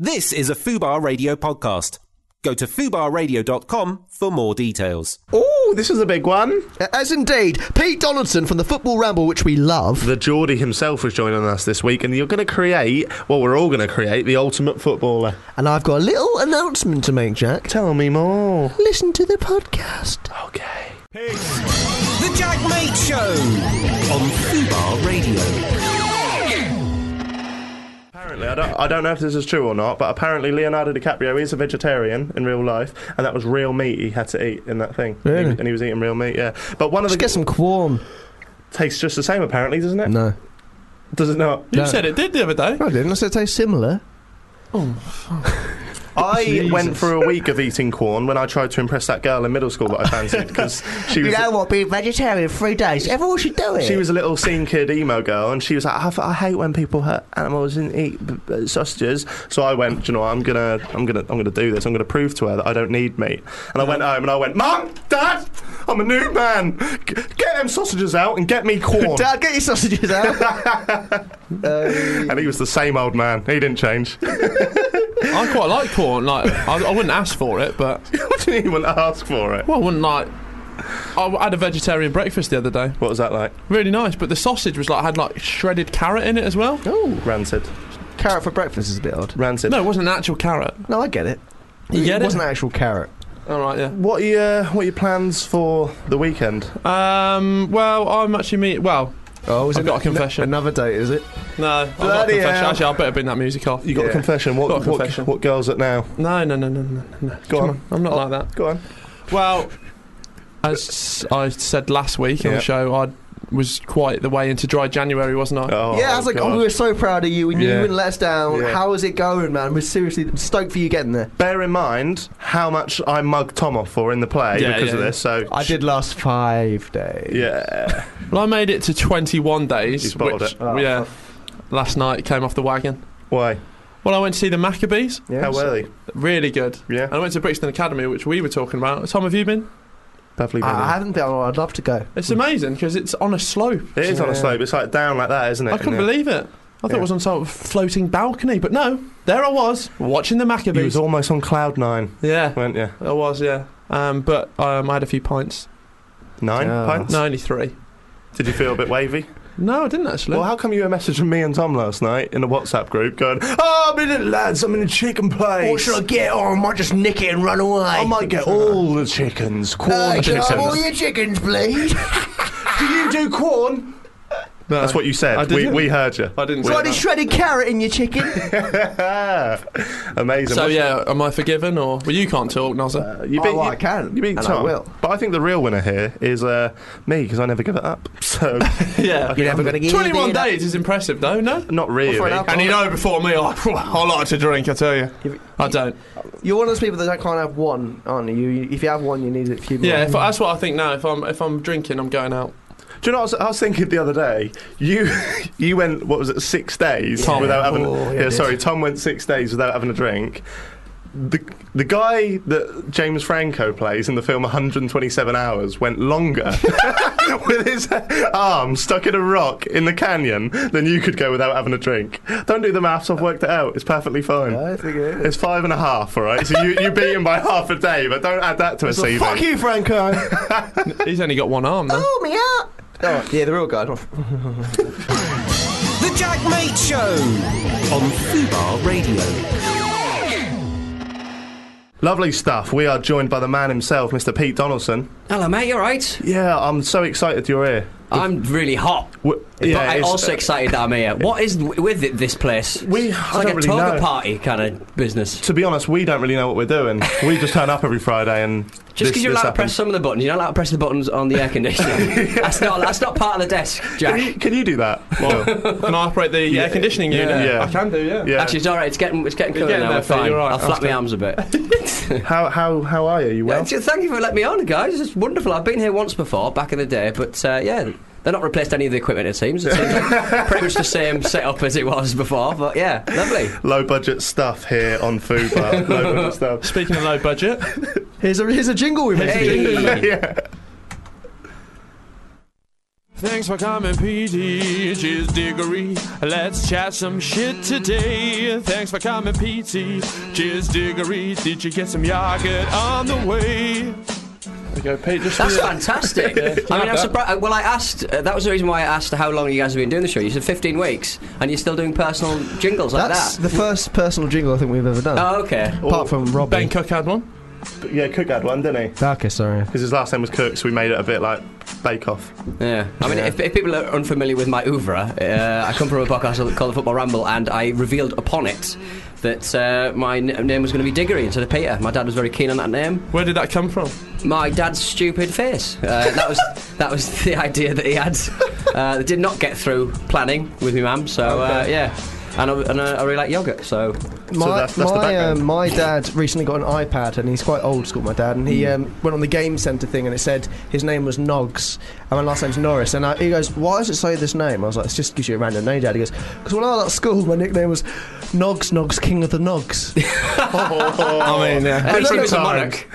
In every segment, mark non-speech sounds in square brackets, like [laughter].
This is a Fubar Radio podcast. Go to fubarradio.com for more details. Oh, this is a big one. Uh, As indeed, Pete Donaldson from the Football Ramble, which we love. The Geordie himself is joining us this week, and you're going to create, well, we're all going to create the ultimate footballer. And I've got a little announcement to make, Jack. Tell me more. Listen to the podcast. Okay. The Jack Mate Show on Fubar Radio. Apparently, I don't, I don't know if this is true or not, but apparently Leonardo DiCaprio is a vegetarian in real life, and that was real meat he had to eat in that thing. And he- Really? And he, was eating real meat, yeah. But one of the Just get some quorn. tastes just the same, apparently, doesn't it? No. Does it not? You No. said it did the other day. Oh, I didn't. I said it tastes similar. [laughs] I Jesus. went for a week of eating corn when I tried to impress that girl in middle school that I fancied because [laughs] she was. what? Being vegetarian for three days. Everyone should do She was a little scene kid emo girl, and she was like, I, f- I hate when people hurt animals and eat b- b- sausages. So I went, "Do you know, what? I'm gonna, I'm gonna, I'm gonna do this. I'm gonna prove to her that I don't need meat. And I went home and I went, Mum, Dad, I'm a new man. G- get them sausages out [laughs] and get me [laughs] corn. Dad, get your sausages out. [laughs] [laughs] Uh, and he was the same old man. He didn't change. [laughs] I quite like corn. Like I, I wouldn't ask for it, but what did anyone ask for it? well, I wouldn't like. I w- had a vegetarian breakfast the other day. What was that like? Really nice, but the sausage was like had like shredded carrot in it as well. Ooh, Rancid, carrot for breakfast is a bit odd. rancid. No, it wasn't an actual carrot. No, I get it. You get it it? wasn't an actual carrot. All right, yeah. What are your, what are your plans for the weekend? Um, well, I'm actually meet. Well, Oh, I've got a confession. Another date, is it? no, I've got a Bloody confession. hell. Actually, I better bring that music off. You got Yeah. a confession. What, Got a what- confession. What, girls at now? No, no, no, no, no, no. Go Come on. I'm not like that. Go on. Well, as I said last week on Yeah. the show, I was quite the way into dry January, wasn't I? Oh, yeah, I was like, God. oh, we were so proud of you. We knew you Yeah. wouldn't let us down. Yeah. How is it going, man? We're seriously stoked for you getting there. Bear in mind how much I mugged Tom off for in the play Yeah, because yeah, of yeah. this. So I did last five days. [laughs] Yeah, Well, I made it to 21 days. You bottled which, it. Oh, yeah, last night came off the wagon. why? Well, I went to see the Maccabees. Yeah, how so- were they? Really good. Yeah, And I went to Brixton Academy, which we were talking about. Tom, have you been? Beverly. I, I Brilliant. haven't been. oh, I'd love to go. It's amazing because it's on a slope. It is on a Yeah. slope. It's like down like that, isn't it? I couldn't And, uh, believe it. I thought Yeah. it was on some floating balcony, but no, there I was watching the You was Maccabees. almost on cloud nine, yeah, weren't you? I was. Yeah, um, but um, I had a few pints. Nine Yeah. pints. Ninety-three. Did you feel a bit wavy? No, I didn't actually. well, how come you were messaging me and Tom last night in a WhatsApp group, going, "Oh, I'm in it, lads. I'm in a chicken place. get? Or I might just nick it and run away. Uh, I might [laughs] get all the Uh, chickens, corn chickens. your chickens, please? [laughs] Do you do corn? No. That's what you said. I we, didn't. we heard you. I didn't. Got say any that. shredded carrot in your [laughs] chicken? Amazing. So What's- yeah, am I forgiven or well? You can't talk, Nozza. Uh, you beat, Oh, I you- can, You beat and I Tom. will. But I think the real winner here is uh, me because I never give it up. [laughs] So yeah. You're never gonna get [laughs] Twenty-one it up. days is impressive, though. No. not really. for an alcohol- And you know, before me, [laughs] I, I like to drink. I tell you, I don't. You're one of those people that can't have one, aren't you? you if you have one, you need a few more. Yeah, if, that's what I think now. If I'm if I'm drinking, I'm going out. Do you know? What I, was, I was thinking the other day. You [laughs] you went what was it six days Tom. without having. Oh, yeah, yeah, it is. sorry. Tom went six days without having a drink. The, the guy that James Franco plays in the film 127 Hours went longer [laughs] with his arm stuck in a rock in the canyon than you could go without having a drink. Don't do the maths, I've worked it out. It's perfectly fine. I think it is. It's five and a half, all right? So you, you beat him by [laughs] half a day, but don't add that to a CV. Fuck you, [laughs] Franco. He's only got one arm. Though. Pull me up. Oh, yeah, the real guy. The Jack Mate Show on Fubar Radio. Lovely stuff. We are joined by the man himself, Mr. Pete Donaldson. Hello, mate. You all right? Yeah, I'm so excited you're here. I'm really hot. W- yeah, but I'm it's- also excited that I'm here. What is w- with it, this place? We- it's I like don't a really toga know. party kind of business. To be honest, we don't really know what we're doing. We just turn up every Friday and [laughs] Just because this- you're this allowed to happens. press some of the buttons, you're not allowed to press the buttons on the air [laughs] conditioner. That's not. That's not part of the desk, Jack. Can [laughs] you, can you do that? Well, Can I operate [laughs] the air conditioning yeah, unit? yeah. I can do. Yeah. yeah. Actually, it's all right. It's getting. It's getting You're cooler getting now. there, we're Phil, fine. you're all right. I'll flap After. my arms a [laughs] bit. how how how are you? You well? Yeah, Thank you for letting me on, guys. It's wonderful. I've been here once before, back in the day, but uh, yeah. They're not replaced any of the equipment, it seems. It seems [laughs] like pretty much the same setup as it was before, but yeah, lovely. Low budget stuff here on Food Bar. Low [laughs] budget stuff. Speaking of low budget, Here's a here's a jingle we made. Hey! yeah. [laughs] Thanks for coming, PT. Cheers, Diggory. Let's chat some shit today. Thanks for coming, PT. Cheers, Diggory. Did you get some yogurt on the way? There you go, Pete. Just That's fantastic. I mean, I'm that. surprised. Well, I asked. Uh, that was the reason why I asked how long you guys have been doing the show. You said 15 weeks, and you're still doing personal jingles like That's that. the first personal jingle I think we've ever done. Oh, okay. Apart from Robbie. Ben Cook had one. yeah, Cook had one, didn't he? Okay, sorry. Because his last name was Cook, so we made it a bit like Bake [laughs] Off. Yeah. I mean, if, if people are unfamiliar with my oeuvre, uh, I come from a podcast called The Football Ramble, and I revealed upon it that uh, my n- name was going to be Diggory instead of Peter. My dad was very keen on that name. Where did that come from? My dad's stupid face. Uh, that was [laughs] that was the idea that he had. Uh, that did not get through planning with my mum. So uh, yeah. And, I, and I, I really like yogurt, so My, that's- that's the my, background. um, my dad recently got an iPad, and he's quite old school. My dad, and he um, went on the game centre thing, and it said his name was Noggs, and my last name's Norris. And I, he goes, "Why does it say this name?" I was like, "It just gives you a random name, Dad." He goes, "Because when I was at school, my nickname was Noggs, Noggs, King of the Noggs. I mean, At least he was a times. monarch.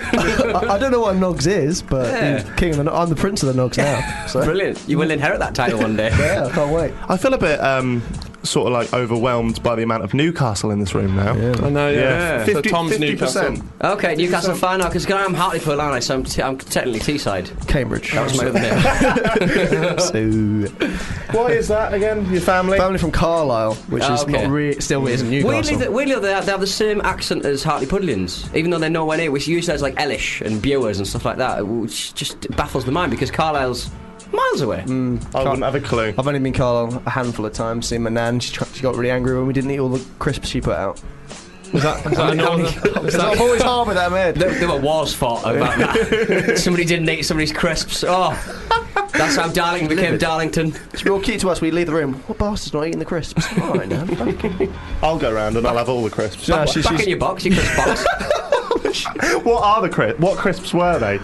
I, I don't know what Noggs is, but Yeah. he's King of the, Nog- I'm the Prince of the Noggs now. So Brilliant. You will inherit that title one day. [laughs] yeah, I can't wait. I feel a bit um, sort of like overwhelmed by the amount of Newcastle in this room now. I know, Yeah. So Tom's 50%. Newcastle. Okay, Newcastle fan. Because I'm Hartlepool, aren't I? So I'm, t- I'm technically Teesside. Cambridge. That was [laughs] my other name. so Why is that again? Your family? family from Carlisle, which Ah, is okay. not re- still isn't [laughs] Weirdly, Newcastle. th- weirdly they, have, they have the same accent as Hartlepoolians, even though they're nowhere near. Which usually has like Ellish and Bewers and stuff like that, which just baffles the mind because Carlisle's miles away. Mm. I wouldn't have a clue. I've only been Carlisle a handful of times. Seen my nan. She, tr- she got really angry when we didn't eat all the crisps she put out. Is that, [laughs] is that another? Is I've that, always harboured that man. There, there were wars fought [laughs] about that. Somebody didn't eat somebody's crisps. Oh, that's how Darlington became Darlington. It's real cute to us. We leave the room. What bastard's not eating the crisps? All right, nan. fuck it. I'll go round and I'll have all the crisps. No, Back, she's- back Ah, she's- in your box, your crisp box. What are the crisps? What crisps were they?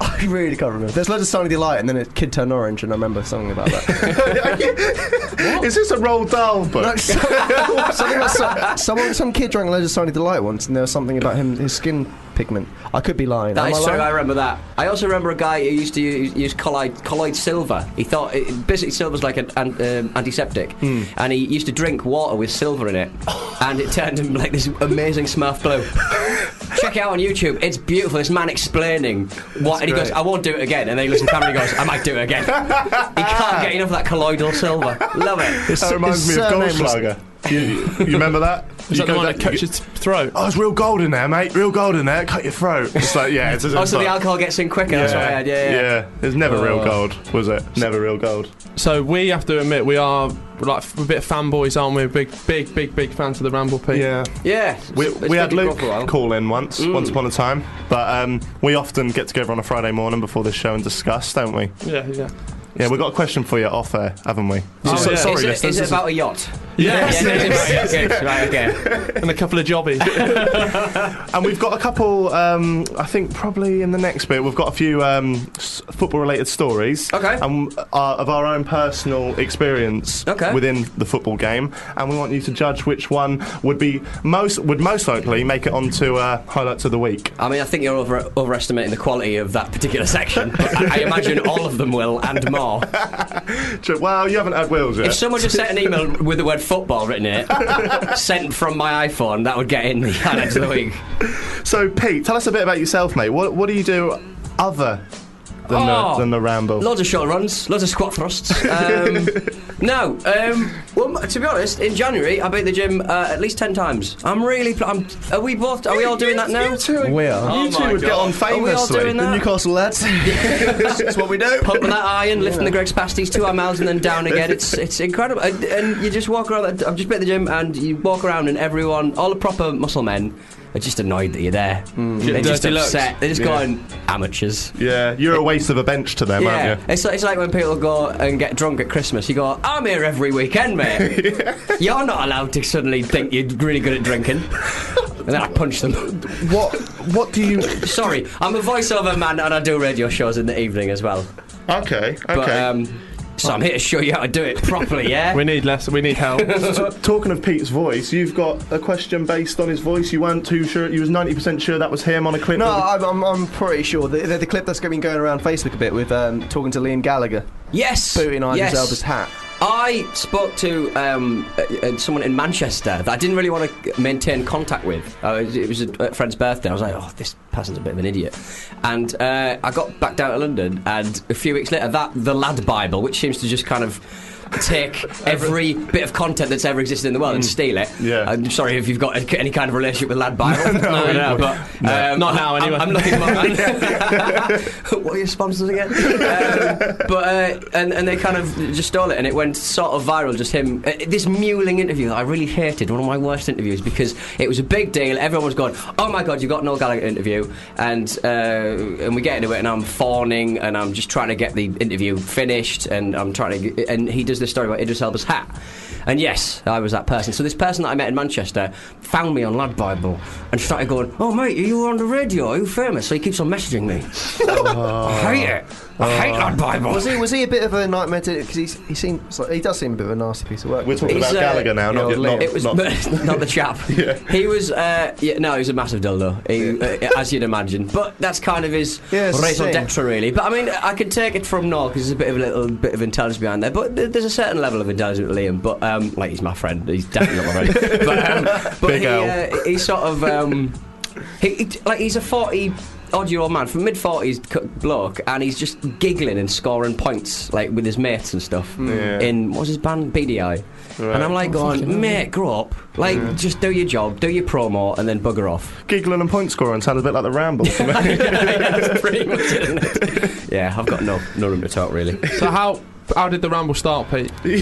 I really can't remember. There's loads of Sunny Delight, and then a kid turned orange, and I remember something about that. Is this a Roald Dahl book? Like, so- [laughs] something about so- someone, some kid drank loads of Sunny Delight once, and there was something about him, his skin pigment. I could be lying. That Am is I true. lying? I remember that. I also remember a guy who used to use, use colloid, colloid silver. He thought it, basically silver's like an, an um, antiseptic, Hmm. and he used to drink water with silver in it, and it turned him like this amazing [laughs] smurf blue. Check it out on YouTube. It's beautiful. This man explaining what, and he goes, great. "I won't do it again." And then he looks at the camera and he goes, "I might do it again." he can't get enough of that colloidal silver. Love it. that reminds me of surname was- Goldschlager. you, you remember that? is You that the go one down- that cuts you- your t- throat? Oh, it's real gold in there, mate. Real gold in there. Cut your throat. It's like, yeah, [laughs] it's, it's Also, Oh, the like- alcohol gets in quicker. That's what I had. Yeah, yeah. It's never real Oh. gold, was it? Never real gold. So we have to admit we are like a bit fanboys, aren't we? Big, big, big, big fans of the Ramble Pete. Yeah. We, It's- it's we had been going Luke for a while. call in once, once upon a time, but um, we often get together on a Friday morning before this show and discuss, don't we? yeah, yeah. Yeah, we've got a question for you off air, haven't we? Oh, So- yeah. Sorry, Is it, listeners. is it about a yacht? Yes. Yeah, it is about a yacht. Okay, Right, okay. and a couple of jobbies. And we've got a couple, um, I think probably in the next bit, we've got a few um, s- football related stories. Okay. And our, of our own personal experience Okay. within the football game. And we want you to judge which one would be most, would most likely make it onto uh, Highlights of the Week. [laughs] I mean, I think you're over, overestimating the quality of that particular section. but I, I imagine all of them will and more. Tr- Well, you haven't had Wills yet. If someone just sent an email with the word football written in it, sent from my iPhone, that would get in the highlights of the week. So, Pete, tell us a bit about yourself, mate. What, what do you do other than, Oh. the, than the ramble? Loads of short runs, loads of squat thrusts. Um, no, um, well, m- to be honest, in January I beat the gym uh, at least ten times. I'm really. Pl- I'm, are we both? Are we all doing that now? You two, We are. Oh you two my would get God. on Are we all famously. doing that? The Newcastle lads. That's what we do. pumping that iron, lifting the Greg's pasties two hour miles and then down again. It's it's incredible. And, and you just walk around. I've just been at the gym and you walk around and everyone, all the proper muscle men, are just annoyed that you're there. They're Dirty just looks. upset. They're just Yeah. going amateurs. [laughs] Yeah, you're a waste of a bench to them, Yeah, aren't you? it's like, it's like when people go and get drunk at Christmas. You go, I'm here every weekend, mate. You're not allowed to suddenly think you're really good at drinking. And then I punch them. What What do you? Sorry, I'm a voiceover man and I do radio shows in the evening as well. Okay, okay. But um, So I'm here to show you how to do it [laughs] properly, [laughs] yeah? We need less. We need help. So, talking of Pete's voice, you've got a question based on his voice. You weren't too sure. You was ninety percent sure that was him on a clip. No, that I'm, I'm, I'm pretty sure the, the, the clip that's been going around Facebook a bit with um, talking to Liam Gallagher, yes! booting Idris yes. Elba's hat. I spoke to um, uh, uh, someone in Manchester that I didn't really want to maintain contact with. Uh, it was- it was a a friend's birthday. I was like, oh, this person's a bit of an idiot. And uh, I got back down to London, and a few weeks later, that the Lad Bible, which seems to just kind of take every bit of content that's ever existed in the world and steal it. Yeah. I'm sorry if you've got a- any kind of relationship with Lad Bible. no, we don't. but um, Not now, I'm- anyway. I'm looking [laughs] for. [laughs] what are your sponsors again? um, but uh, and and they kind of just stole it, and it went sort of viral. Just him, uh, this mewling interview that I really hated, one of my worst interviews because it was a big deal. Everyone was going, "Oh my god, you got no Gallagher interview," and uh, and we get into it, and I'm fawning, and I'm just trying to get the interview finished, and I'm trying to, g- and he does this story about Idris Elba's hat. And yes, I was that person. So this person that I met in Manchester found me on Lad Bible and started going, "Oh mate, you were on the radio. Are you famous?" So he keeps on messaging me. [laughs] I hate it. I hate Lad Bible. Was he was he a bit of a nightmare? Because he he seems like, he does seem a bit of a nasty piece of work. We're doesn't he? talking about He's, uh, Gallagher now, not, yeah, not, It was not- [laughs] not, the chap. He was. Uh, yeah, no, he was a massive dildo, he, uh, as you'd imagine. But that's kind of his Yeah, it's raison the same. d'être, really. But I mean, I could take it from Noel because there's a bit of a little bit of intelligence behind there. But th- there's a certain level of intelligence with Liam. But um, like, he's my friend. He's definitely not my friend. But, um, but Big he, L. uh, he's sort of. Um, he, he- like he's a forty odd year old man from mid forties bloke, and he's just giggling and scoring points like with his mates and stuff. Yeah. In what was his band BDI, and I'm like going, mate, grow up, like just do your job, do your promo, and then bugger [laughs] off. [laughs] giggling and point scoring sounds a bit like the ramble. to me. That's pretty much it, isn't it? Yeah, I've got no no room to talk really. so how how did the ramble start, Pete? [laughs] You-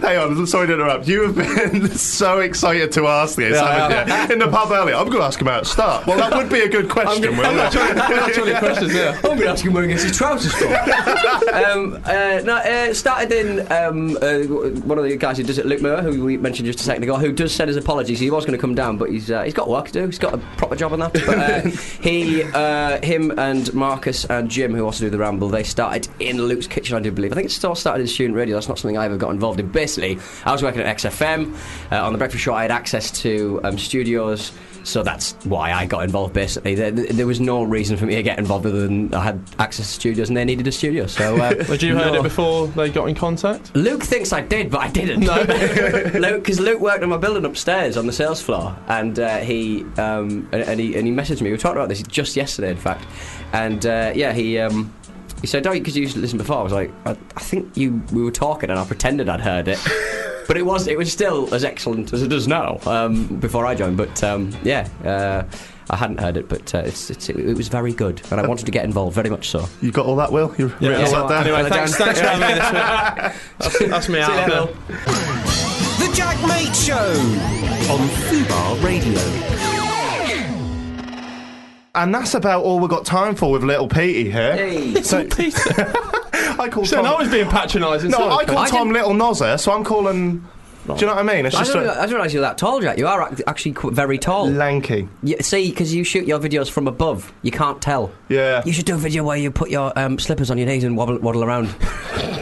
hang on, sorry to interrupt. You have been [laughs] so excited to ask this, Yeah, I haven't you? In the pub earlier, I'm going to ask him how to start. Well, that would be a good question. wouldn't it? questions there. I'm going to ask him where he gets his trousers from. um, uh, no, uh, started in um, uh, one of the guys who does it, Luke Moore, who we mentioned just a second ago, who does send his apologies. He was going to come down, but he's uh, he's got work to do. He's got a proper job on that. But, uh, he, uh, him, and Marcus and Jim, who also do the ramble, they started in Luke's kitchen, I do believe. I think it still started in student radio. That's not something I ever got involved in. Basically, I was working at XFM uh, on the breakfast show. I had access to um, studios. So that's why I got involved. Basically, there, there was no reason for me to get involved other than I had access to studios and they needed a studio. So, uh, Had you heard no. it before they got in contact? Luke thinks I did, but I didn't. No, [laughs] Luke, because Luke worked on my building upstairs on the sales floor, and uh, he um, and, and he and he messaged me. We were talking about this just yesterday, in fact, and uh, yeah, he. Um, he said, "Oh, because you used to listen before." I was like, I, "I think you we were talking, and I pretended I'd [laughs] heard it, but it was it was still as excellent as it is now um, before I joined." But um, yeah, uh, I hadn't heard it, but uh, it's, it's, it, was very good, and I wanted to get involved very much. So You got all that, Will? You yeah, Yeah, all that so down? Anyway, thanks, thanks for having me this week. That's, [laughs] that's me out. later, Bill. The Jack Mate Show on Fubar Radio. And that's about all we've got time for with little Petey here. Hey. So, [laughs] I call So Tom. I was being patronising. no, I call I Tom didn't- Little Nozzer, so I'm calling. Do you know what I mean? It's I just don't, a- know- I don't realise you're that tall, Jack. You are ac- actually qu- very tall. lanky. Yeah, see, because you shoot your videos from above, you can't tell. Yeah. You should do a video where you put your um, slippers on your knees and wobble, waddle [laughs] around,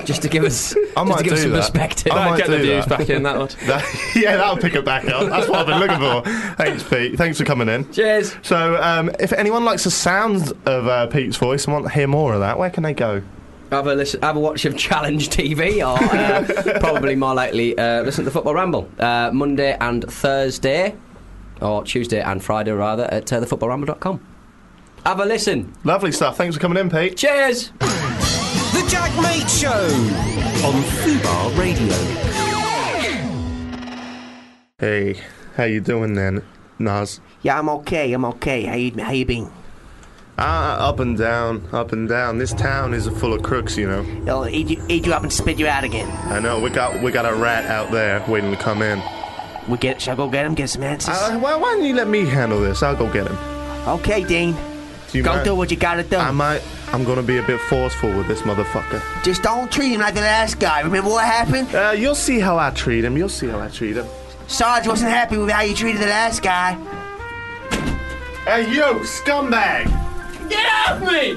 just to give us, I just might to give us do some that. perspective. I might get the do views that. back in that one. [laughs] That- yeah, that'll pick it back up. That's what I've been looking for. Thanks, Pete. Thanks for coming in. Cheers. So, um, if anyone likes the sound of uh, Pete's voice and want to hear more of that, where can they go? Have a listen, have a watch of Challenge TV, or [laughs] uh, probably more likely uh, listen to the Football Ramble uh, Monday and Thursday, or Tuesday and Friday rather at uh, thefootballramble.com. Have a listen. Lovely stuff. Thanks for coming in, Pete. Cheers. The Jack Mate Show on Fubar Radio. Hey, how you doing then, Nas? Yeah, I'm okay. I'm okay. How you, how you been? Ah, up and down, up and down. This town is full of crooks, you know. They'll eat you, eat you up and spit you out again. I know. We got we got a rat out there waiting to come in. We get. Shall I go get him? Get some answers. Uh, why, why don't you let me handle this? I'll go get him. Uh-huh. okay, Dean. Do you Go mind? do what you gotta do. I might. I'm gonna be a bit forceful with this motherfucker. Just don't treat him like the last guy. Remember what happened? Uh, you'll see how I treat him. You'll see how I treat him. Sarge wasn't happy with how you treated the last guy. Hey, you scumbag! Get off me!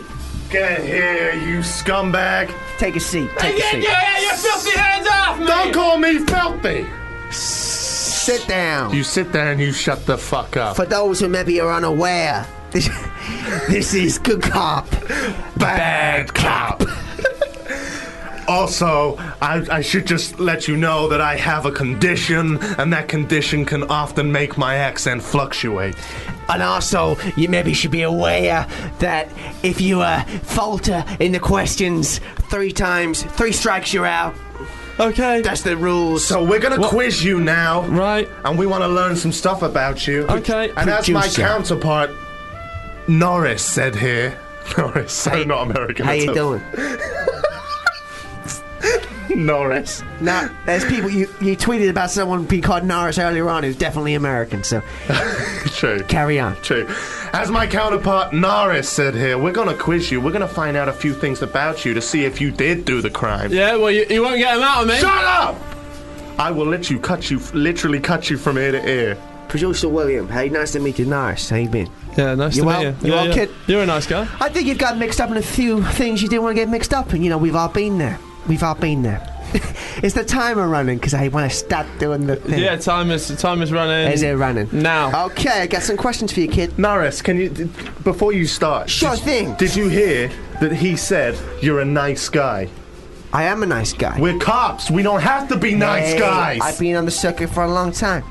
Get here, you scumbag! Take a seat. Take a seat. your filthy hands off me! Don't call me filthy. Sit down. You sit there and you shut the fuck up. For those who maybe are unaware, this, [laughs] this is Good Cop. bad [laughs] cop. also, I, I should just let you know that I have a condition, and that condition can often make my accent fluctuate. And also, you maybe should be aware that if you uh, falter in the questions three times, three strikes, you're out. [laughs] Okay. That's the rules. So we're gonna quiz you now, Right. And we want to learn some stuff about you. Okay. And as my Producer. counterpart, Norris said here. [laughs] Norris, so not American. how at you all. doing? [laughs] Norris? Now, there's people you, you tweeted about someone being called Norris earlier on who's definitely American. So True. carry on. True. As my counterpart Norris said here, we're gonna quiz you. We're gonna find out a few things about you to see if you did do the crime. Yeah, well, you, you won't get them out of me. Shut up! I will let you cut you, literally cut you from ear to ear. Producer William, hey, nice to meet you, Norris. How you been? Yeah, nice You to all- meet you. you yeah, all yeah. kid- You're a nice guy. I think you've got mixed up in a few things you didn't want to get mixed up in. You know, we've all been there. We've all been there. [laughs] it's the timer running because I want to stop doing the thing. Yeah, Oh. time is time is running. Is it running? now? Okay, I got some questions for you, kid. Norris, can you, d- before you start? Sure did- thing. Did you hear that he said you're a nice guy? I am a nice guy. We're cops. We don't have to be nice Hey, guys. I've been on the circuit for a long time.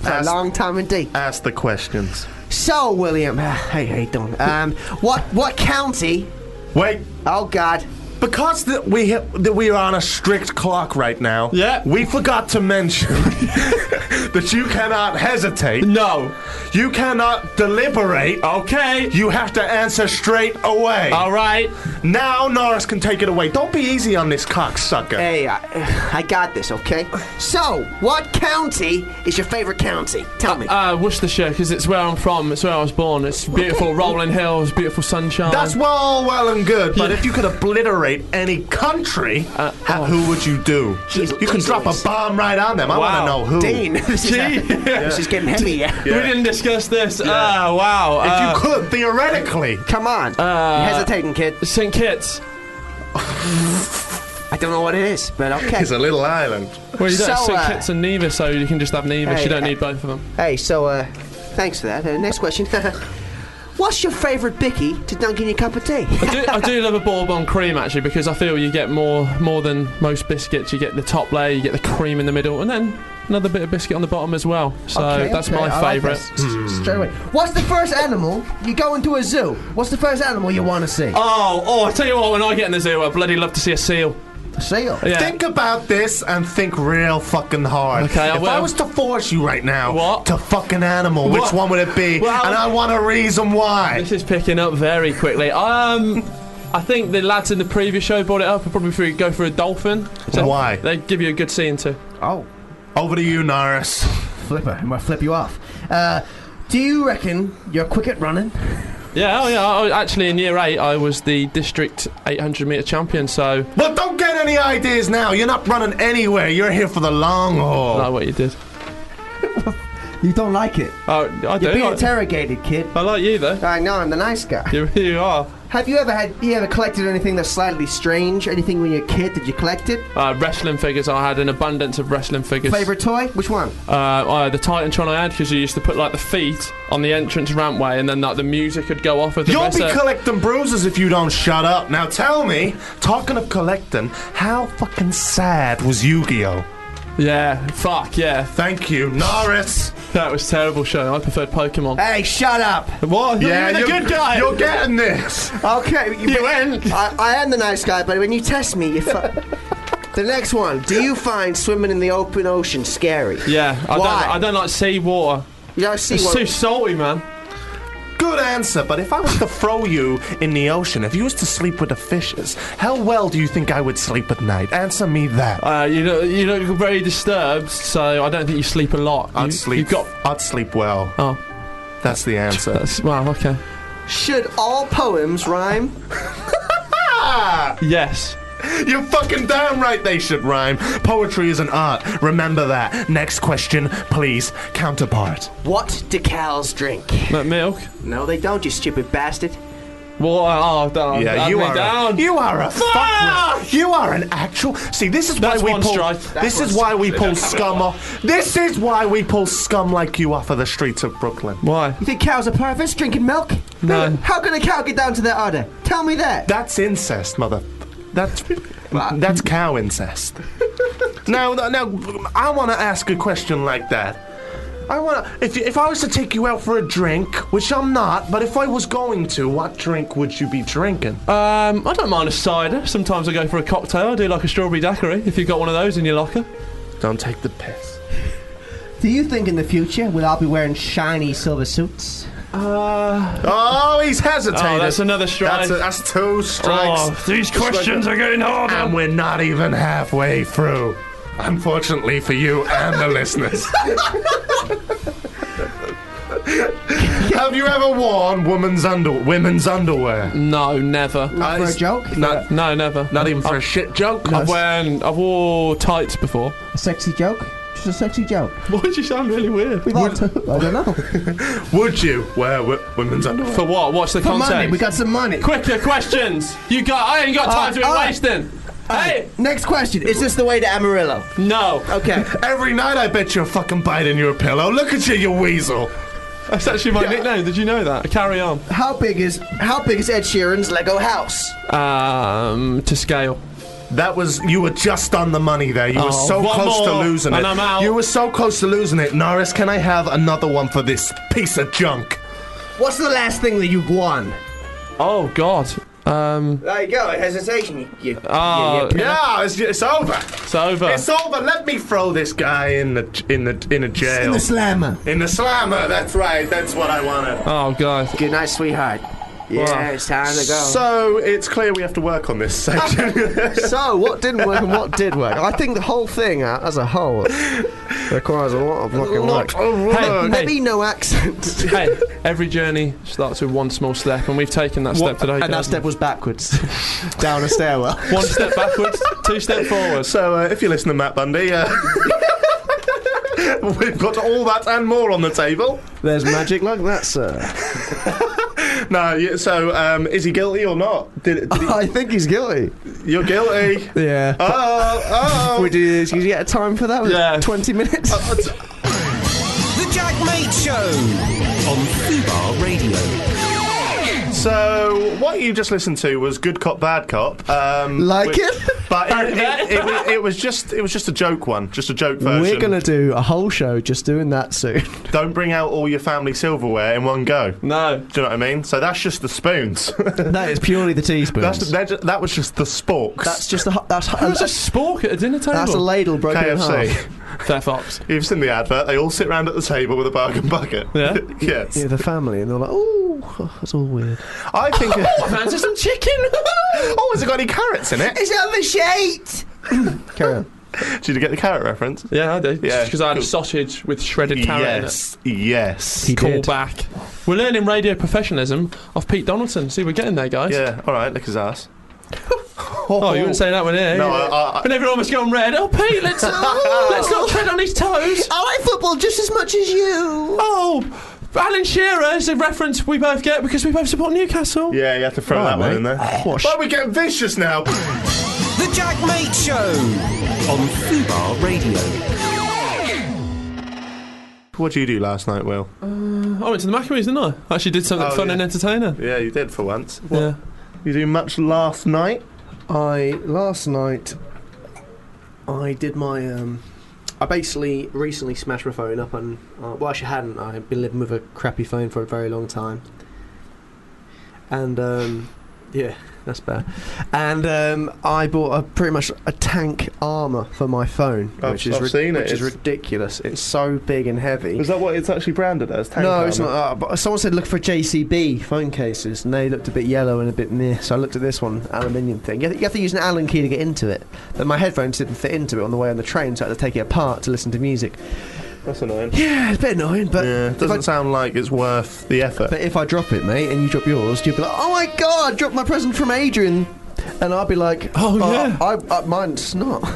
For Ask- a long time indeed. Ask the questions. So, William, uh, hey, how you doing? Um, what what county? Wait, Oh God, because that we ha- that we are on a strict clock right now. Yeah. We forgot to mention [laughs] that you cannot hesitate. No. You cannot deliberate. Okay. You have to answer straight away. All right. Now Norris can take it away. Don't be easy on this cocksucker. hey, I, I got this. Okay. So, what county is your favorite county? Tell me. Uh, Worcestershire, because it's where I'm from. It's where I was born. It's beautiful rolling hills, beautiful sunshine. That's well, all well and good, but Yeah. Uh, oh. if you could obliterate any country, ha- who would you do? Jeez, you can jeez drop Louise. a bomb right on them. I want to Wow. know who. Dean, [laughs] this is, uh, Gee. [laughs] this is getting heavy. Yeah. We didn't discuss this. Ah, wow. If uh, you could, theoretically. Come on. Uh, hesitating, kid. St. Kitts. I don't know what it is, but okay. a little island. Well, you don't have So, St. uh, Kitts and Nevis, so you can just have Nevis. Hey, you don't uh, need both of them. hey, so uh, thanks for that. Uh, next question. [laughs] What's your favorite bicky to dunk in your cup of tea? [laughs] I do, I do love a Bourbon cream actually because I feel you get more more than most biscuits. You get the top layer, you get the cream in the middle, and then another bit of biscuit on the bottom as well. So Okay, that's okay, my I like favourite. this. S- Straight away. What's the first animal you go into a zoo? What's the first animal you want to see? Oh, oh! I tell you what, when I get in the zoo, I bloody love to see a seal. A seal. Yeah. Think about this and think real fucking hard. Okay, I if I will. was to force you right now What? to fuck an animal, which What? one would it be? Well- and I want a reason why. This is picking up very quickly. Um, I think the lads in the previous show brought it up. I probably through, go for a dolphin. Why? They give you a good scene too. Oh, Over to you, Norris. flipper. I'm going to flip you off. Uh, do you reckon you're quick at running? Yeah, oh yeah. I, was- actually, in year eight, I was the district 800 meter champion. So Well, don't get any ideas now. You're not running anywhere. You're here for the long haul. I like what you did. You don't like it. Oh, I do. You're being I, interrogated, kid. I like you though. [laughs] I know, I'm the nice guy. You, you are. Have you ever had you ever collected anything that's slightly strange? Anything when you're a kid? Did you collect it? Uh, wrestling figures. I had an abundance of wrestling figures. Favorite toy? Which one? Uh, uh, the Titantron I had because you used to put like the feet on the entrance rampway, and then like the music would go off of the You'll be wrestler. collecting bruises if you don't shut up. Now tell me, talking of collecting, how fucking sad was Yu-Gi-Oh? yeah, fuck yeah, Thank you, Norris. that was terrible show. I preferred Pokemon. Hey, shut up! What? you're the you're- good guy. You're getting this. Okay, [laughs] You win. I, I am the nice guy, but when you test me, you. Fu- the next one. Do you find swimming in the open ocean scary? Yeah, I don't. Why? I don't like sea water. You don't see It's one. too salty, man. Good answer, but if I was to throw you in the ocean, if you was to sleep with the fishes, how well do you think I would sleep at night? Answer me that. Uh, you look, you look very disturbed, so I don't think you sleep a lot. you, You've got. I'd sleep well. Oh, That's the [laughs] answer. that's wow. Okay. Should all poems rhyme? Yes. You're fucking damn right they should rhyme. Poetry is an art. Remember that. Next question, please. Counterpart. What do cows drink? But milk. No, they don't. You stupid bastard. Well, oh, oh, Yeah, had you me are. down. A, you are a fuck. You are an actual. See, this is why That's we one pull. strike. This is why we pull scum off. This is why we pull scum like you off of the streets of Brooklyn. Why? You think cows are perverts drinking milk? No. How can a cow get down to their udder? Tell me that. That's incest, mother. That's that's cow incest. now, now, I want to ask a question like that. I want to. If if I was to take you out for a drink, which I'm not, but if I was going to, what drink would you be drinking? Um, I don't mind a cider. Sometimes I go for a cocktail. I do like a strawberry daiquiri if you've got one of those in your locker. Don't take the piss. Do you think in the future we'll all be wearing shiny silver suits? Uh, Oh, he's hesitating. oh, that's another strike. That's, that's two strikes. Oh, these questions are getting harder. And we're not even halfway through. Unfortunately for you and the [laughs] listeners. Have you ever worn women's under women's underwear? no, never. Uh, For a it's- joke? Not, No, never. not even for a shit joke. I've worn, I've wore tights before. A sexy joke? Just a sexy joke. Why did you sound really weird? We've all t- [laughs] I don't know. Would you wear w- women's underwear? For what? What's the content? got some money. Quicker questions. You got. I ain't got Uh, time to be all right. wasting. Hey, Next question. Is this the way to Amarillo? no. [laughs] Okay. Every night I bet you're fucking biting your pillow. Look at you, you weasel. That's actually my nickname. Did you know that? Carry on. How big is how big is Ed Sheeran's Lego house? Um, to scale. That was you were just on the money there. You were Oh, so one close to more, losing and it. I'm out. You were so close to losing it. Norris, can I have another one for this piece of junk? What's the last thing that you won? Oh God. Um. There you go. Hesitation. You, you, Oh, Yeah, it's, it's over. it's over. It's over. Let me throw this guy in the in the in a jail. In the, slammer. slammer. That's right. That's what I wanted. Oh God. Good night, sweetheart. Yeah, it's time to go. So it's clear we have to work on this [laughs] [laughs] section. So, what didn't work and what did work? I think the whole thing, uh, as a [laughs] whole, requires a lot of fucking work. Hey, Maybe hey, no accent. hey, every journey starts with one small step, and we've taken that step today. and that guys. step was backwards, [laughs] down a stairwell. One step backwards, [laughs] two step forwards. so uh, if you listen to Matt Bundy. Uh, [laughs] We've got all that and more on the table. There's magic like that, sir. No, you- so um, is he guilty or not? Did, did he, I think he's guilty. you're guilty. Yeah. Oh, oh. we do this. You get a time for that? Was it Yeah. 20 minutes? [laughs] The Jack Mate Show on Fubar Radio. So what you just listened to was good cop, bad cop. Um, Like which- it? but it, it, it, was- it was just it was just a joke one, just a joke version. We're going to do a whole show just doing that soon. don't bring out all your family silverware in one go. Do No. you know what I mean? So that's just the spoons. [laughs] [laughs] that is purely the teaspoons. that's they're ju- that was just the sporks. That's just a. hu- That's, There's a that's, spork at a dinner table. that's a ladle broken in half. KFC. Fair fox. [laughs] You've seen the advert. They all sit round at the table with a bargain bucket. Yeah? [laughs] yes. Yeah, the family, and they're like, "Ooh, that's all weird." I think. Fancy some chicken? [laughs] [laughs] oh, has it got any carrots in it? It's on the sheet. Carry on. Did you get the carrot reference? yeah, I do. Yeah, Because I had a cool. sausage with shredded carrot Yes. Yes. in it. Call back. We're learning radio professionalism off Pete Donaldson. See, we're getting there, guys. Yeah. All right. Lick his ass. Oh, you wouldn't say that one here. No, I- I- I- When everyone was going red, oh, [laughs] Pete, let's, let's not tread on his toes. I like football just as much as you. Oh, Alan Shearer is a reference we both get because we both support Newcastle. Yeah, you have to throw that one mate. in there. Why are we getting vicious now? The Jack Mate Show on Fubar Radio. what did you do last night, Will? I went to the Macaroos, didn't I? I actually did something Oh, fun yeah. and entertaining. Yeah, you did for once. Yeah. You do much last night? I last night, I did my. Um, I basically recently smashed my phone up, and uh, well, actually hadn't. I had been living with a crappy phone for a very long time, and um, yeah, that's bad. And um, I bought a pretty much a tank armor for my phone, I've- which is I've seen it. which is It's- ridiculous. It's so big and heavy. that what it's actually branded as? Tank no, it's not. Uh, but someone said look for JCB phone cases, and they looked a bit yellow and a bit meh. So I looked at this one, aluminium thing. You have, you have to use an Allen key to get into it. But my headphones didn't fit into it on the way on the train, so I had to take it apart to listen to music. That's annoying. Yeah, it's a bit annoying, but Yeah, if I, doesn't sound like it's worth the effort. but if I drop it, mate, and you drop yours, you'll be like, oh my god, I dropped my present from Adrian, and I'll be like, "Uh, Oh, yeah. I, I, mine's not.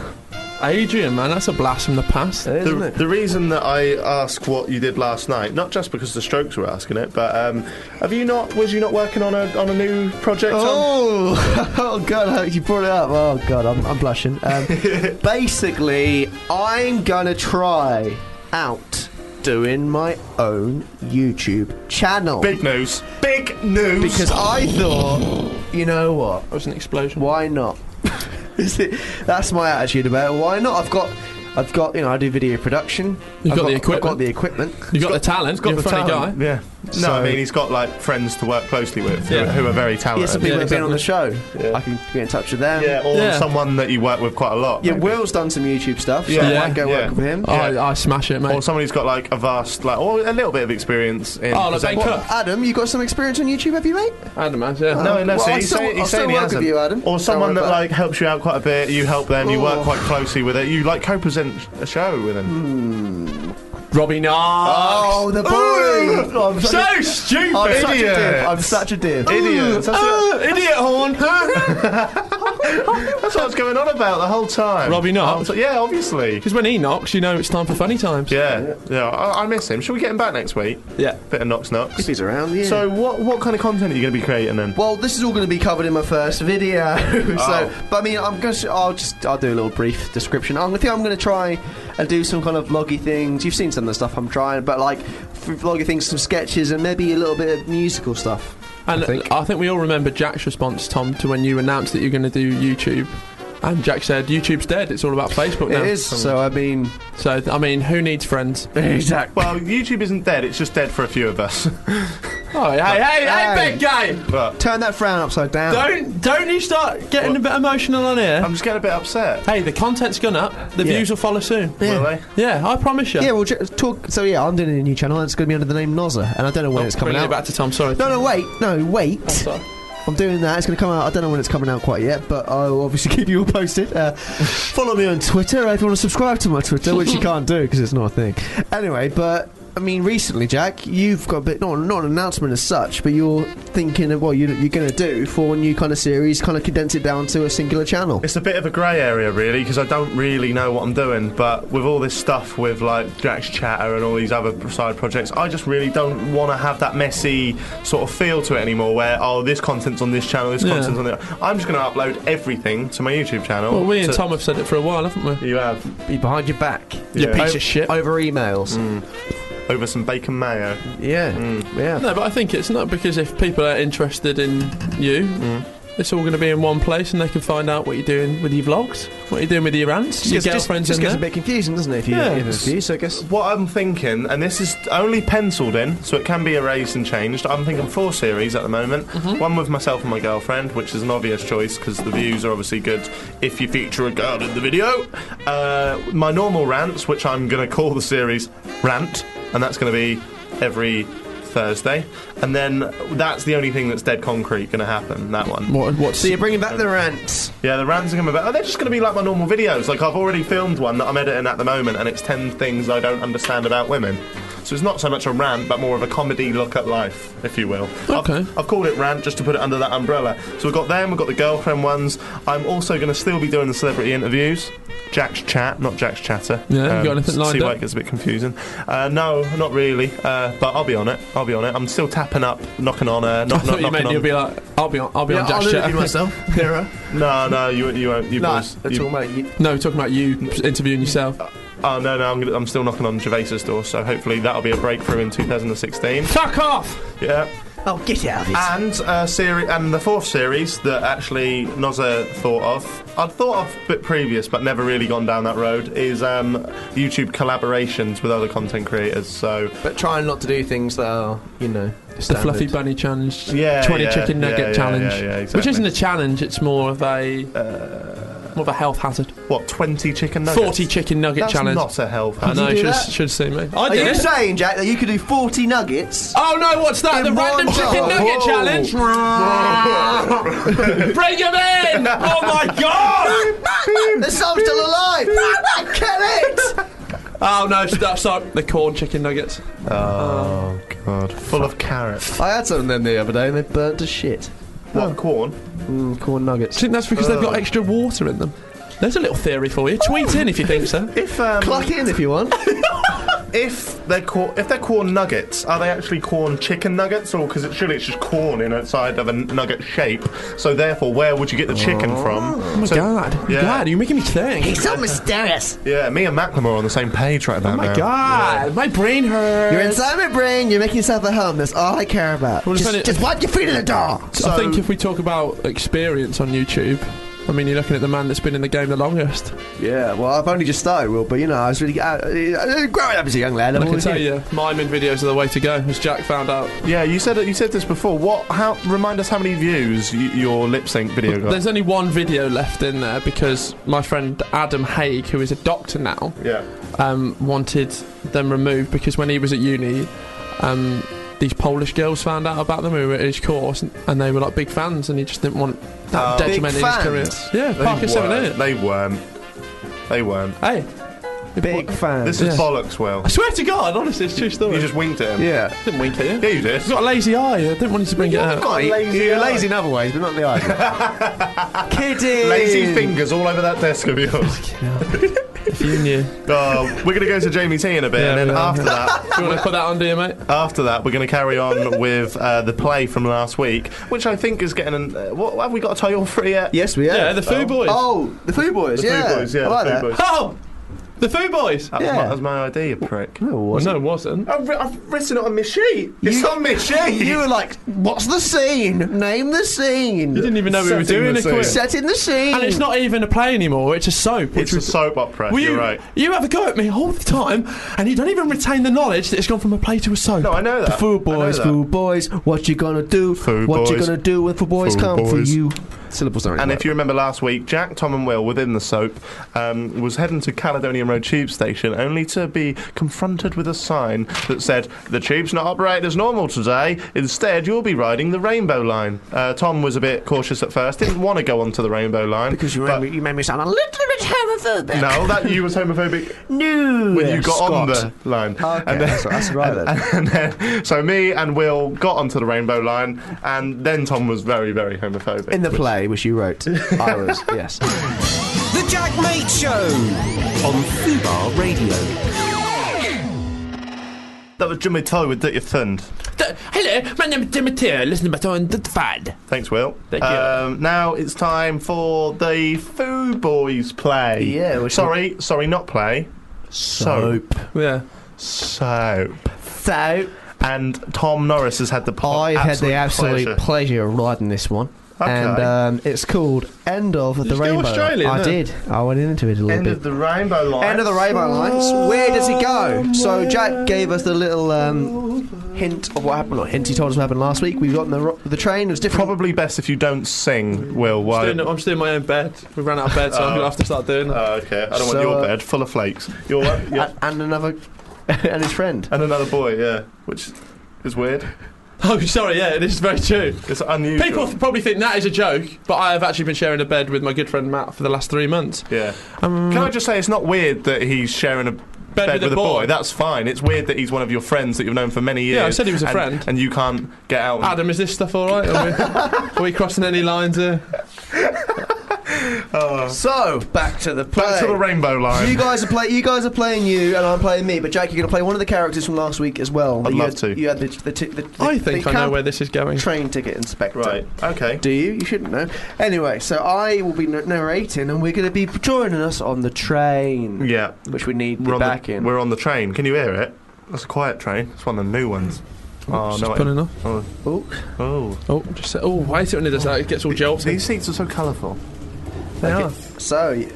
Adrian, man, that's a blast from the past. It is, The, isn't it? the reason that I ask what you did last night, not just because the Strokes were asking it, but um, have you not? Was you not working on a on a new project? Tom? Oh, [laughs] oh God! You brought it up. Oh God, I'm, I'm blushing. [laughs] Um, basically, I'm gonna try out doing my own YouTube channel Big news! Big news! because I thought, you know what? That was an explosion. Why not? [laughs] Is it- That's my attitude about it. Why not? I've got, I've got, you know, I do video production. You've I've got the I've got equipment. the equipment. You got, the talent. got You're a the funny talent. guy. Yeah. No, I mean he's got like friends to work closely with who, Yeah. who are very Yeah, some talented. people Yeah, have been on the show. I can get in touch with them. Yeah, or Yeah. someone that you work with quite a lot. Yeah, maybe. Will's done some YouTube stuff, so Yeah. I Yeah. might go Yeah. work with him. Oh, Yeah. I, I smash it, mate. or someone who's got like a vast, like, or a little bit of experience in. Oh, like Ben presenting- Cook. Adam, you got some experience on YouTube, have you, mate? Adam has, yeah. No, unless Well, I'll he's still- saying, I'll he's still saying he work with hasn't. you, Adam. Or Don't someone worry that about like helps you out quite a bit. You help them. You work Oh. Hmm. quite closely with it. You like co-present a show with them. Robbie Knox. Oh, the bullying! Oh, I'm such a- so stupid. I'm such a idiot. div. I'm such a Ah. div. Idiots. That's, what- Oh, [laughs] Uh, [laughs] idiot horn. that's what I was going on about the whole time. Robbie Knox? I was like, yeah, obviously. Because when he knocks, you know it's time for funny times. Yeah, yeah. I, I miss him. Should we get him back next week? Yeah. Bit of Knox Knox. If he's around, yeah. So, what what kind of content are you going to be creating then? well, this is all going to be covered in my first video. [laughs] so, but I mean, I'm going to. I'll just. I'll do a little brief description. I'm, I think I'm going to try and do some kind of vloggy things. You've seen some of the stuff I'm trying, but like f- vloggy things, some sketches, and maybe a little bit of musical stuff. And I think. we all remember Jack's response, Tom, to when you announced that you're going to do YouTube. And Jack said, "YouTube's dead. It's all about Facebook now." It is. So I mean, [laughs] So I mean, who needs friends? exactly. Well, YouTube isn't dead. It's just dead for a few of us. [laughs] Oh, hey, hey, hey, Hey. big guy! but Turn that frown upside down. Don't, don't you start getting a bit emotional on here. I'm just getting a bit upset. hey, the content's gone up. The Yeah. views will follow soon. Will they? Yeah, I promise you. Yeah, we'll ju- talk. So yeah, I'm doing a new channel. and It's going to be under the name Nozza, and I don't know when Oh, it's coming bringing out. it back to Tom. Sorry. no, no, wait, no, wait. Sorry. I'm doing that. It's going to come out. I don't know when it's coming out quite yet, but I'll obviously [laughs] keep you all posted. Uh, follow me on Twitter if you want to subscribe to my Twitter, which you can't do because it's not a thing. Anyway, but I mean, recently, Jack, you've got a bit not not an announcement as such, but you're thinking of what you're, you're going to do for a new kind of series, kind of condense it down to a singular channel. It's a bit of a grey area, really, because I don't really know what I'm doing. But with all this stuff with like Jack's Chatter and all these other side projects, I just really don't want to have that messy sort of feel to it anymore. Where oh, this content's on this channel, this Yeah. content's on the. I'm just going to upload everything to my YouTube channel. Well, we and to- Tom have said it for a while, haven't we? You have Be behind your back You Yeah. piece of shit. over emails. over some bacon mayo. Yeah, yeah. No, but I think it's not because if people are interested in you, it's all going to be in one place, and they can find out what you're doing with your vlogs, what you're doing with your rants, your Just, gets- girlfriends just in gets a there. bit confusing, doesn't it? If you Yeah. give a view, so I guess What I'm thinking, and this is only penciled in, so it can be erased and changed. I'm thinking four series at the moment. One with myself and my girlfriend, which is an obvious choice because the views are obviously good if you feature a girl in the video. Uh, my normal rants, which I'm going to call the series Rant, and that's going to be every Thursday. And then that's the only thing that's dead concrete going to happen, that one. What, what's So you're bringing back the rants. Yeah, the rants are coming back. Oh, they're just going to be like my normal videos. Like, I've already filmed one that I'm editing at the moment, and it's 10 things I don't understand about women. So it's not so much a rant, but more of a comedy look at life, if you will. Okay. I've, I've called it rant just to put it under that umbrella. So we've got them, we've got the girlfriend ones. I'm also going to still be doing the celebrity interviews. Jack's chat, not Jack's chatter. Um, Yeah, you got anything lined See why up? it gets a bit confusing. Uh, no, not really. Uh, but I'll be on it. I'll be on it. I'm still tapping up, knocking on, uh, [laughs] I [laughs] knock, knock, thought you knocking meant on. you'll be like, I'll be on, I'll be on Jack's shit. [laughs] myself. Mirror. no, no, you, you won't. You No, boys- they're you- talking about you. No, talking about you interviewing yourself. Oh no, no, I'm, gonna, I'm still knocking on Gervais's door, so hopefully that'll be a breakthrough in 2016. Fuck off! Yeah, Oh, get out of it. and uh, seri- and the fourth series that actually Nozza thought of, I'd thought of a bit previous, but never really gone down that road. Is um, YouTube collaborations with other content creators. So but trying not to do things that are, you know, It's the Fluffy Bunny Challenge. Yeah, 20 yeah, chicken yeah, nugget yeah, challenge. yeah, yeah, exactly. Which isn't a challenge, it's more of a. Uh, more of a health hazard. what, 20 chicken nuggets? 40 chicken nugget That's challenge. not a health. I know, you do should that? should see me. I Are you did. it. saying, Jack, that you could do 40 nuggets? Oh no, what's that? In The random one chicken go. nugget Whoa. challenge? Ah. Bring him in! Oh my [laughs] god! the soul's still alive! Kill it! [laughs] Oh no, stop, stop. The corn chicken nuggets. Oh god, full of carrots. I had some of them the other day and they burnt to shit. What corn? Mm, corn I nuggets. think that's because they've got extra water in them. Oh. There's a little theory for you. Tweet in if you think so. If um, Cluck in if you [laughs] want. if they're cor- if they're corn nuggets, are they actually corn chicken nuggets? Or because it, surely it's just corn inside of a nugget shape. So therefore, where would you get the chicken from? Oh my So- god. Yeah. God, you're making me think. so mysterious. Yeah, me and Macklemore are on the same page right about Oh my now. god, my brain hurts. You're inside my brain. You're making yourself at home. That's all I care about. Well, it's Just, funny- just wipe your feet in the door. I So- think if we talk about experience on YouTube, I mean, you're looking at the man that's been in the game the longest. Yeah, well, I've only just started, Will, but you know, I was really uh, uh, growing up as a young lad. And I'm I can always tell here. you, miming videos are the way to go, as Jack found out. Yeah, you said it, you said this before. What? How? Remind us how many views y- your lip sync video got. There's only one video left in there because my friend Adam Haig, who is a doctor now, yeah. um, wanted them removed because when he was at uni, um, these Polish girls found out about them who were at his course and they were like big fans and he just didn't want that Oh. detrimenting his Big career. fans? Yeah, They Parker 7 weren't. innit? They weren't. They weren't. Hey, Big fan. This is Yeah. bollocks, Will. I swear to God, honestly, it's a true story. You just winked at him. Yeah. didn't wink at you. Yeah, you did. He's got a lazy eye. I didn't want you to bring [laughs] it up. Got a lazy You're eye. lazy in other ways, but not the eye. Kidding. Lazy fingers all over that desk of yours. [laughs] If you knew. Uh, we're going to go to Jamie T in a bit, Yeah, and then we are. after that, Do you want to put that on, do you, mate? after that, we're going to carry [laughs] on with uh, the play from last week, which I think is getting. An, uh, what have we got a title for it yet? Yes, we are. Yeah, the Foo Boys. Oh, the Foo Boys. The Foo yeah. Boys, yeah, I the like Foo that. Boys. Oh! The Foo Boys! That, was Yeah. my, that was my idea, you prick. No, it wasn't. no, it wasn't. I've, wri- I've written it on my sheet. It's on my [laughs] sheet. You were like, "What's the scene? Name the scene." You didn't even know we were Setting doing the it. Chris. scene. Set in the scene. And it's not even a play anymore, it's a [laughs] it's soap. Which a was, soap opera. Will You're you, right. you have a go at me all the time, and you don't even retain the knowledge that it's gone from a play to a soap. No, I know that. The Foo I know Boys, that. Foo Boys, what you gonna do? Foo what you Boys. gonna do when Foo Boys Foo come for Boys. you? Syllables don't. And if you remember last week, Jack, Tom, and Will, within the soap, um, was heading to Caledonian Road Tube Station only to be confronted with a sign that said, The tube's not operated as normal today. Instead, you'll be riding the rainbow line. Uh, Tom was a bit cautious at first, didn't want to go onto the rainbow line. because you but- made, me, you made me sound a little bit homophobic. No, that you was homophobic No. when you got on Scott. the line. Okay, that's, that's right then. [laughs] And then, so me and Will got onto the rainbow line, and then Tom was very, very homophobic. in the [laughs] play which you wrote, I was yes. The Jack Mate Show on Fubar Radio. that was Jimmy Toe with Dirty Thund. Hello, my name is Timothy. Listen to my on the fad. Thanks, Will. Thank you. Um, now it's time for the Foo Boys play. Yeah, we should- Sorry, sorry, not play. Soap. Yeah. Soap. So And Tom Norris has had the po- I've had the absolute absolute pleasure. of riding this one. Okay. And um, it's called End of the you go Rainbow. Australian, I no? did. I went into it a little End bit. of the rainbow line. end of the rainbow lines. Where does he go? So Jack gave us the little um, hint of what happened. Or hint he told us what happened last week. We got in the ro- the train. It [laughs] was different. Probably best if you don't sing, Will. Why? Doing, I'm just doing my own bed. We ran out of bed, so I'm going to have to start doing that. Oh, okay. I don't So, want your uh, bed full of flakes. Your, your [laughs] A- and another [laughs] and his friend. and another boy. Yeah, which is weird. Oh, sorry, yeah, this is very true. It's unusual. People probably think that is a joke, but I have actually been sharing a bed with my good friend Matt for the last three months. yeah. Um, Can I just say it's not weird that he's sharing a bed, with, a boy. That's fine. It's weird that he's one of your friends that you've known for many years. Yeah, I said he was a and, friend. Ah, and you can't get out. and- Adam, is this stuff all right? Are we, are we crossing any lines here? So back to the play. Oh. Back to the rainbow line. you guys are play. You guys are playing you, and I'm playing me. But Jack, you're going to play one of the characters from last week as well. that you love had, to. You had the, the, t- the, the I think the I know camp where this is going. train ticket [laughs] inspector. right. Okay. Do you? You shouldn't know. Anyway, so I will be n- narrating, and we're going to be joining us on the train, Yeah. which we need We're you on, back the, in. we're on the train. Can you hear it? That's a quiet train. It's one of the new ones. Oh Just no! pulling off. oh, Oh, oh. Oh, just say, oh, why is it when it does that? It gets all jolty. These seats are so colourful. They are. so y-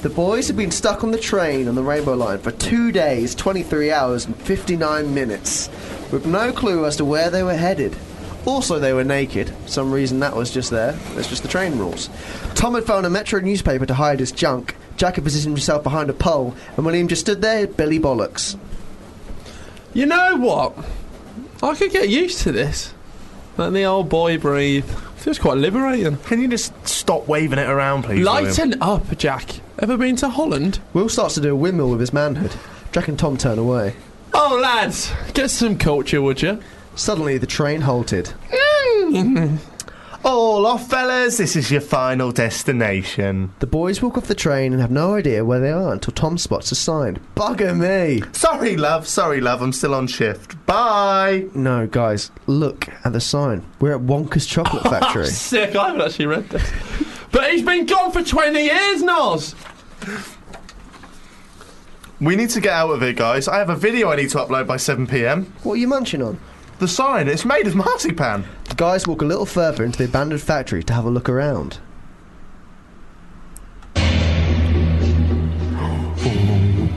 the boys have been stuck on the train on the Rainbow Line for two days, 23 hours, and 59 minutes, with no clue as to where they were headed. Also, they were naked. For some reason that was just there. That's just the train rules. Tom had found a Metro newspaper to hide his junk. Jack had positioned himself behind a pole, and William just stood there, belly bollocks. You know what? I could get used to this. Let the old boy breathe. Feels quite liberating. Can you just stop waving it around, please? William? Lighten up, Jack. Ever been to Holland? Will starts to do a windmill with his manhood. Jack and Tom turn away. Oh, lads, get some culture, would you? Suddenly, the train halted. All off, fellas. This is your final destination. The boys walk off the train and have no idea where they are until Tom spots a sign. Bugger me! Sorry, love. Sorry, love. I'm still on shift. Bye. No, guys, look at the sign. We're at Wonka's Chocolate Factory. Sick, I haven't actually read this. But he's been gone for 20 years, Nos! We need to get out of here, guys. I have a video I need to upload by 7 p.m. what are you munching on? The sign. It's made of marzipan. The guys walk a little further into the abandoned factory to have a look around.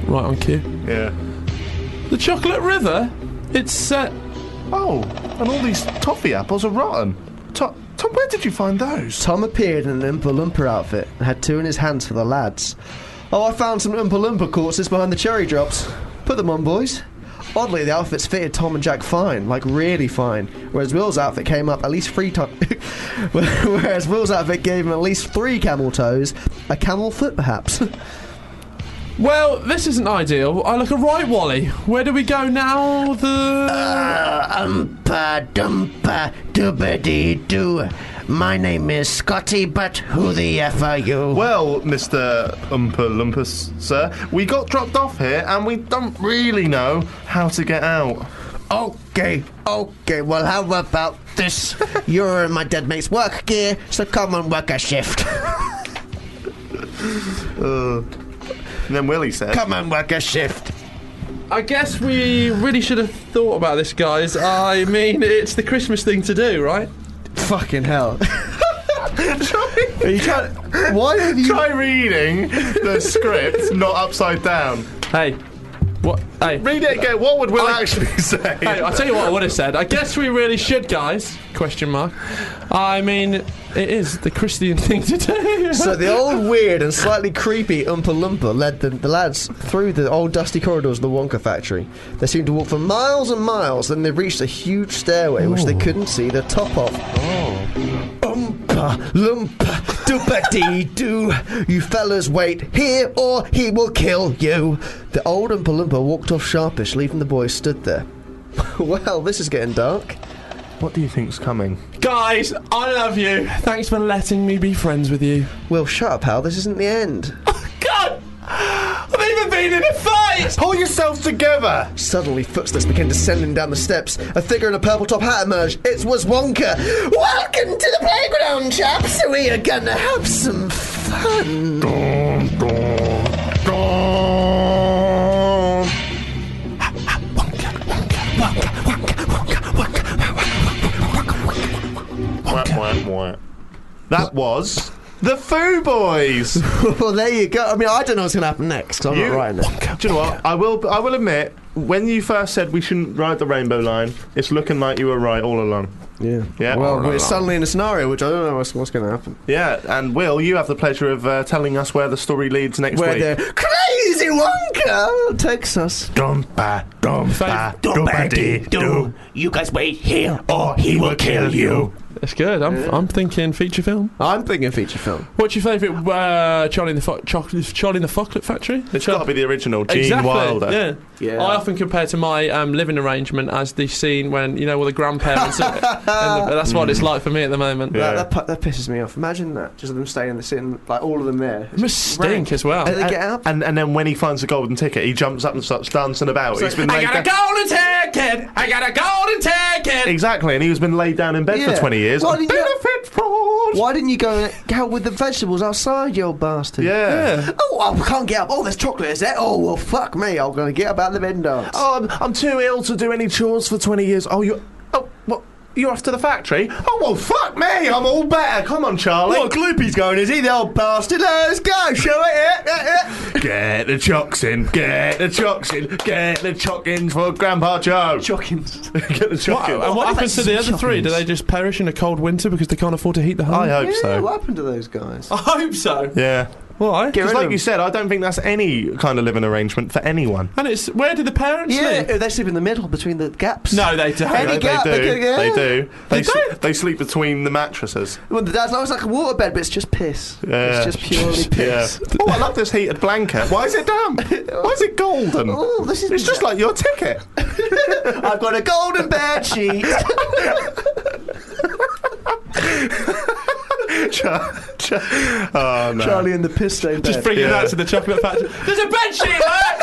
Right on cue. Yeah. The Chocolate River? It's set. Oh, and all these toffee apples are rotten. To- Tom, where did you find those? Tom appeared in an Oompa Loompa outfit and had two in his hands for the lads. Oh, I found some Oompa Loompa corpses behind the cherry drops. Put them on, boys. Oddly, the outfits fitted Tom and Jack fine, like really fine, whereas Will's outfit came up at least three times. [laughs] whereas Will's outfit gave him at least three camel toes, a camel foot perhaps. Well, this isn't ideal. I look a right, Wally. Where do we go now? The. Uh, Oompa Doompa Doobity Doo. My name is Scotty, but who the F are you? Well, Mr. Umpa Lumpus, sir, we got dropped off here and we don't really know how to get out. Oh. Okay, okay, well, how about this? You're in my dead mate's work gear, so come and work a shift. And then Willie said, come and work a shift. I guess we really should have thought about this, guys. I mean, it's the Christmas thing to do, right? Fucking hell. [laughs] Are you trying- Why have you. Try reading the script, not upside down. Hey, what? Hey, Read it again. What would Will actually [laughs] say? hey! I tell you what, I would have said. I guess we really should, guys. Question mark. I mean, it is the Christian [laughs] thing to do. So the old weird and slightly creepy Oompa Loompa led the, the lads through the old dusty corridors of the Wonka factory. They seemed to walk for miles and miles, then they reached a huge stairway which they couldn't see the top of. Oompa Loompa doopity doo, you fellas wait here or he will kill you. The old Oompa Loompa walked off sharpish, leaving the boys stood there. [laughs] well, this is getting dark. What do you think's coming? guys, I love you. Thanks for letting me be friends with you. Will, shut up, Hal. This isn't the end. God, I've even been in a fight. Pull yourself together! Suddenly, footsteps began descending down the steps. A figure in a purple top hat emerged. It was Wonka. Welcome to the playground, chaps. We are gonna have some fun. [laughs] That was the Foo Boys. well, there you go. I mean, I don't know what's gonna happen next. 'cause I'm You- not writing it. Do you know what? I will. I will admit, when you first said we shouldn't ride the rainbow line, it's looking like you were right all along. Yeah. Yeah. Well, we're suddenly in a scenario which I don't know what's, what's gonna happen. Yeah. And Will, you have the pleasure of uh, telling us where the story leads next Where week. the crazy Wonka takes us. Dumpa, dumpa, doobity doo. You guys wait here, or he will kill you. That's good. I'm, I'm thinking feature film. I'm thinking feature film. What's your favourite uh, Charlie in the Fo- Chocolate Charlie in the Chocolate Factory? It's got to be the original, Gene exactly. Wilder. Yeah. Yeah. I often compare to my um, living arrangement as the scene when you know all the grandparents. are, and the, that's what it's like for me at the moment. Mm. Yeah. That, that, pu- that pisses me off. Imagine that. Just them staying in the sitting, like all of them there. It must stink as well. How do they And, get out? and and then when he finds the golden ticket, he jumps up and starts dancing about. He's been I laid got a down- golden ticket. I got a golden ticket. exactly, and he's been laid down in bed Yeah. for twenty years. Why did you- Benefit fraud. Why didn't you go and out with the vegetables outside, you old bastard? Yeah. Oh, I can't get up. Oh, there's chocolate, is there? Oh, well, fuck me. I'm going to get up out of the bed and dance. Oh, I'm, I'm too ill to do any chores for 20 years. Oh, you. Oh, what? You're off to the factory? Oh, well, fuck me! I'm all better. Come on, Charlie. Look, Gloopy's going, is he, the old bastard? Let's go, show it. Get the chocks in, get the chocks in, get the chockins for Grandpa Oh, Joe. [laughs] Chockins. get the chockins. And what happens to the other three? Do they just perish in a cold winter because they can't afford to heat the home? I hope so. What happened to those guys? [laughs] I hope so. Yeah. Why? Because, rid like of you them. said, I don't think that's any kind of living arrangement for anyone. And it's where do the parents yeah, oh, live? they sleep in the middle between the gaps. No, they don't. Any They, gap, do. okay, yeah. They do. They, s- don't? they sleep between the mattresses. Well, the dad's like, "Oh, it's like a water bed, but it's just piss. Yeah. It's just purely piss. [laughs] Yeah. Oh, I love this heated blanket. Why is it damp? Why is it golden? [laughs] Oh, this is It's just like your ticket. I've got a golden bed sheet. Char- Char- oh no. Charlie and the piss stain Just bed. bringing Yeah. that to the chocolate factory. There's a bed sheet, right?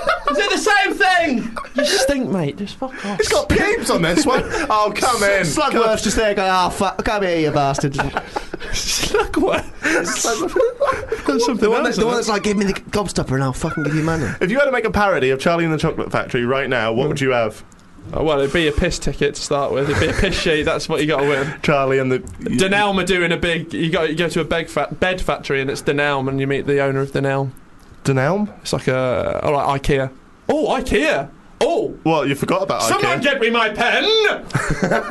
[laughs] Is it the same thing? You stink, mate. Just fuck [laughs] off. It's got pubes on this one. Oh come [laughs] in. Slugworth's just there going, ah, fuck, come here, you [laughs] bastard. Slugworth. That's something the one, that, else. the one isn't that's like, give me the gobstopper and I'll fucking give you money. If you had to make a parody of Charlie and the Chocolate Factory right now, what would you have? it? Oh, well, it'd be a piss ticket to start with. It'd be [laughs] a piss sheet. That's what you got to win. Charlie and the Denelm are doing a big. You go, you go to a bed, fa- bed factory and it's Denelm, and you meet the owner of Denelm. Denelm? It's like a all right IKEA. Oh, IKEA. Oh, What you forgot about? someone IKEA. get me my pen. Uh,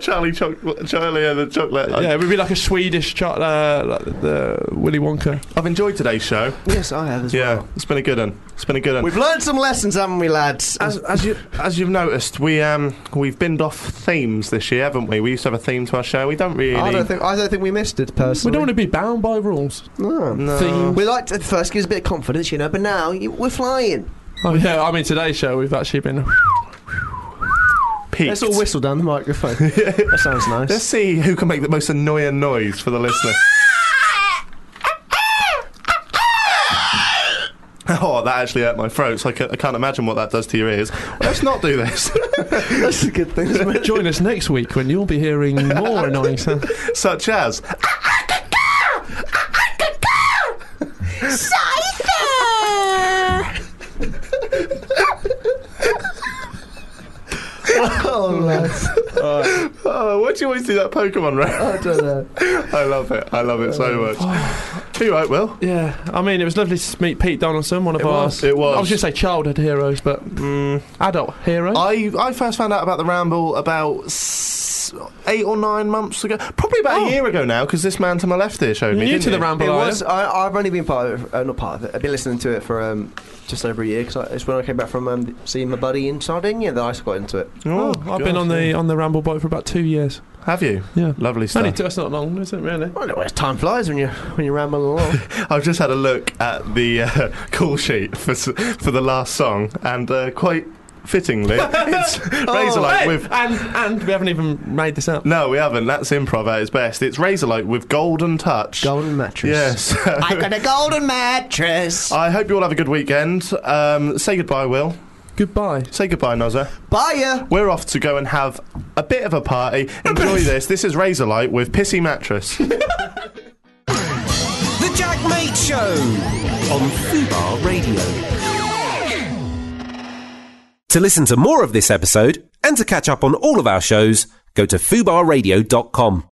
Charlie Chocolate. Charlie and the Chocolate. yeah, it would be like a Swedish chocolate, uh, like the Willy Wonka. I've enjoyed today's show. Yes, I have as Yeah, well. it's been a good one. It's been a good one. We've learned some lessons, haven't we, lads? as, as you as you've noticed, we um we've binned off themes this year, haven't we? We used to have a theme to our show. We don't really. I don't think I don't think we missed it We personally. don't want to be bound by rules. No. No. Theme. We liked at first give us a bit of confidence, you know, but now you, we're flying. Oh yeah, I mean today's show we've [laughs] actually been. Peaked. Let's [laughs] all whistle down the microphone. that sounds nice. Let's see who can make the most annoying noise for the listener. [laughs] Oh, that actually hurt my throat. So I, ca- I can't imagine what that does to your ears. Let's not do this. [laughs] That's a good thing. isn't it? Join us next week when you'll be hearing more [laughs] annoying sounds. Such as oh, lads. Oh, why do you always do that Pokemon round? I don't know. I love it. I love it so much. Are you right, Will? Yeah, I mean it was lovely to meet Pete Donaldson, one of It our. was, it was. Mm. I was just say childhood heroes, but adult heroes. I I first found out about the Ramble about s- eight or nine months ago, probably about Oh. a year ago now, because this man to my left here showed me. New didn't to the you? Ramble, It are was. you? I, I've only been part of it, uh, not part of it. I've been listening to it for um, just over a year because it's when I came back from um, seeing my buddy in Sardinia that I got into it. Oh, Oh, I've God, been on yeah. the on the Ramble boat for about two years. Have you? Yeah. Lovely It's only stuff. two, it's not long, is it really? I don't know where time flies when you when you ramble along. I've just had a look at the uh, [laughs] call sheet for s- for the last song, and uh, quite [laughs] fittingly, it's Oh, Razorlight Hey, with. and and we haven't even made this up. No, we haven't. That's improv at its best. It's Razorlight with Golden Touch. Golden mattress. [laughs] Yes. I've got a golden mattress. I hope you all have a good weekend. Um, say goodbye, Will. Goodbye. Say goodbye, Nozza. Bye ya. We're off to go and have a bit of a party. Enjoy this. This is Razorlight with Pissy Mattress. The Jack Mate Show on Fubar Radio. To listen to more of this episode and to catch up on all of our shows, go to fubarradio.com.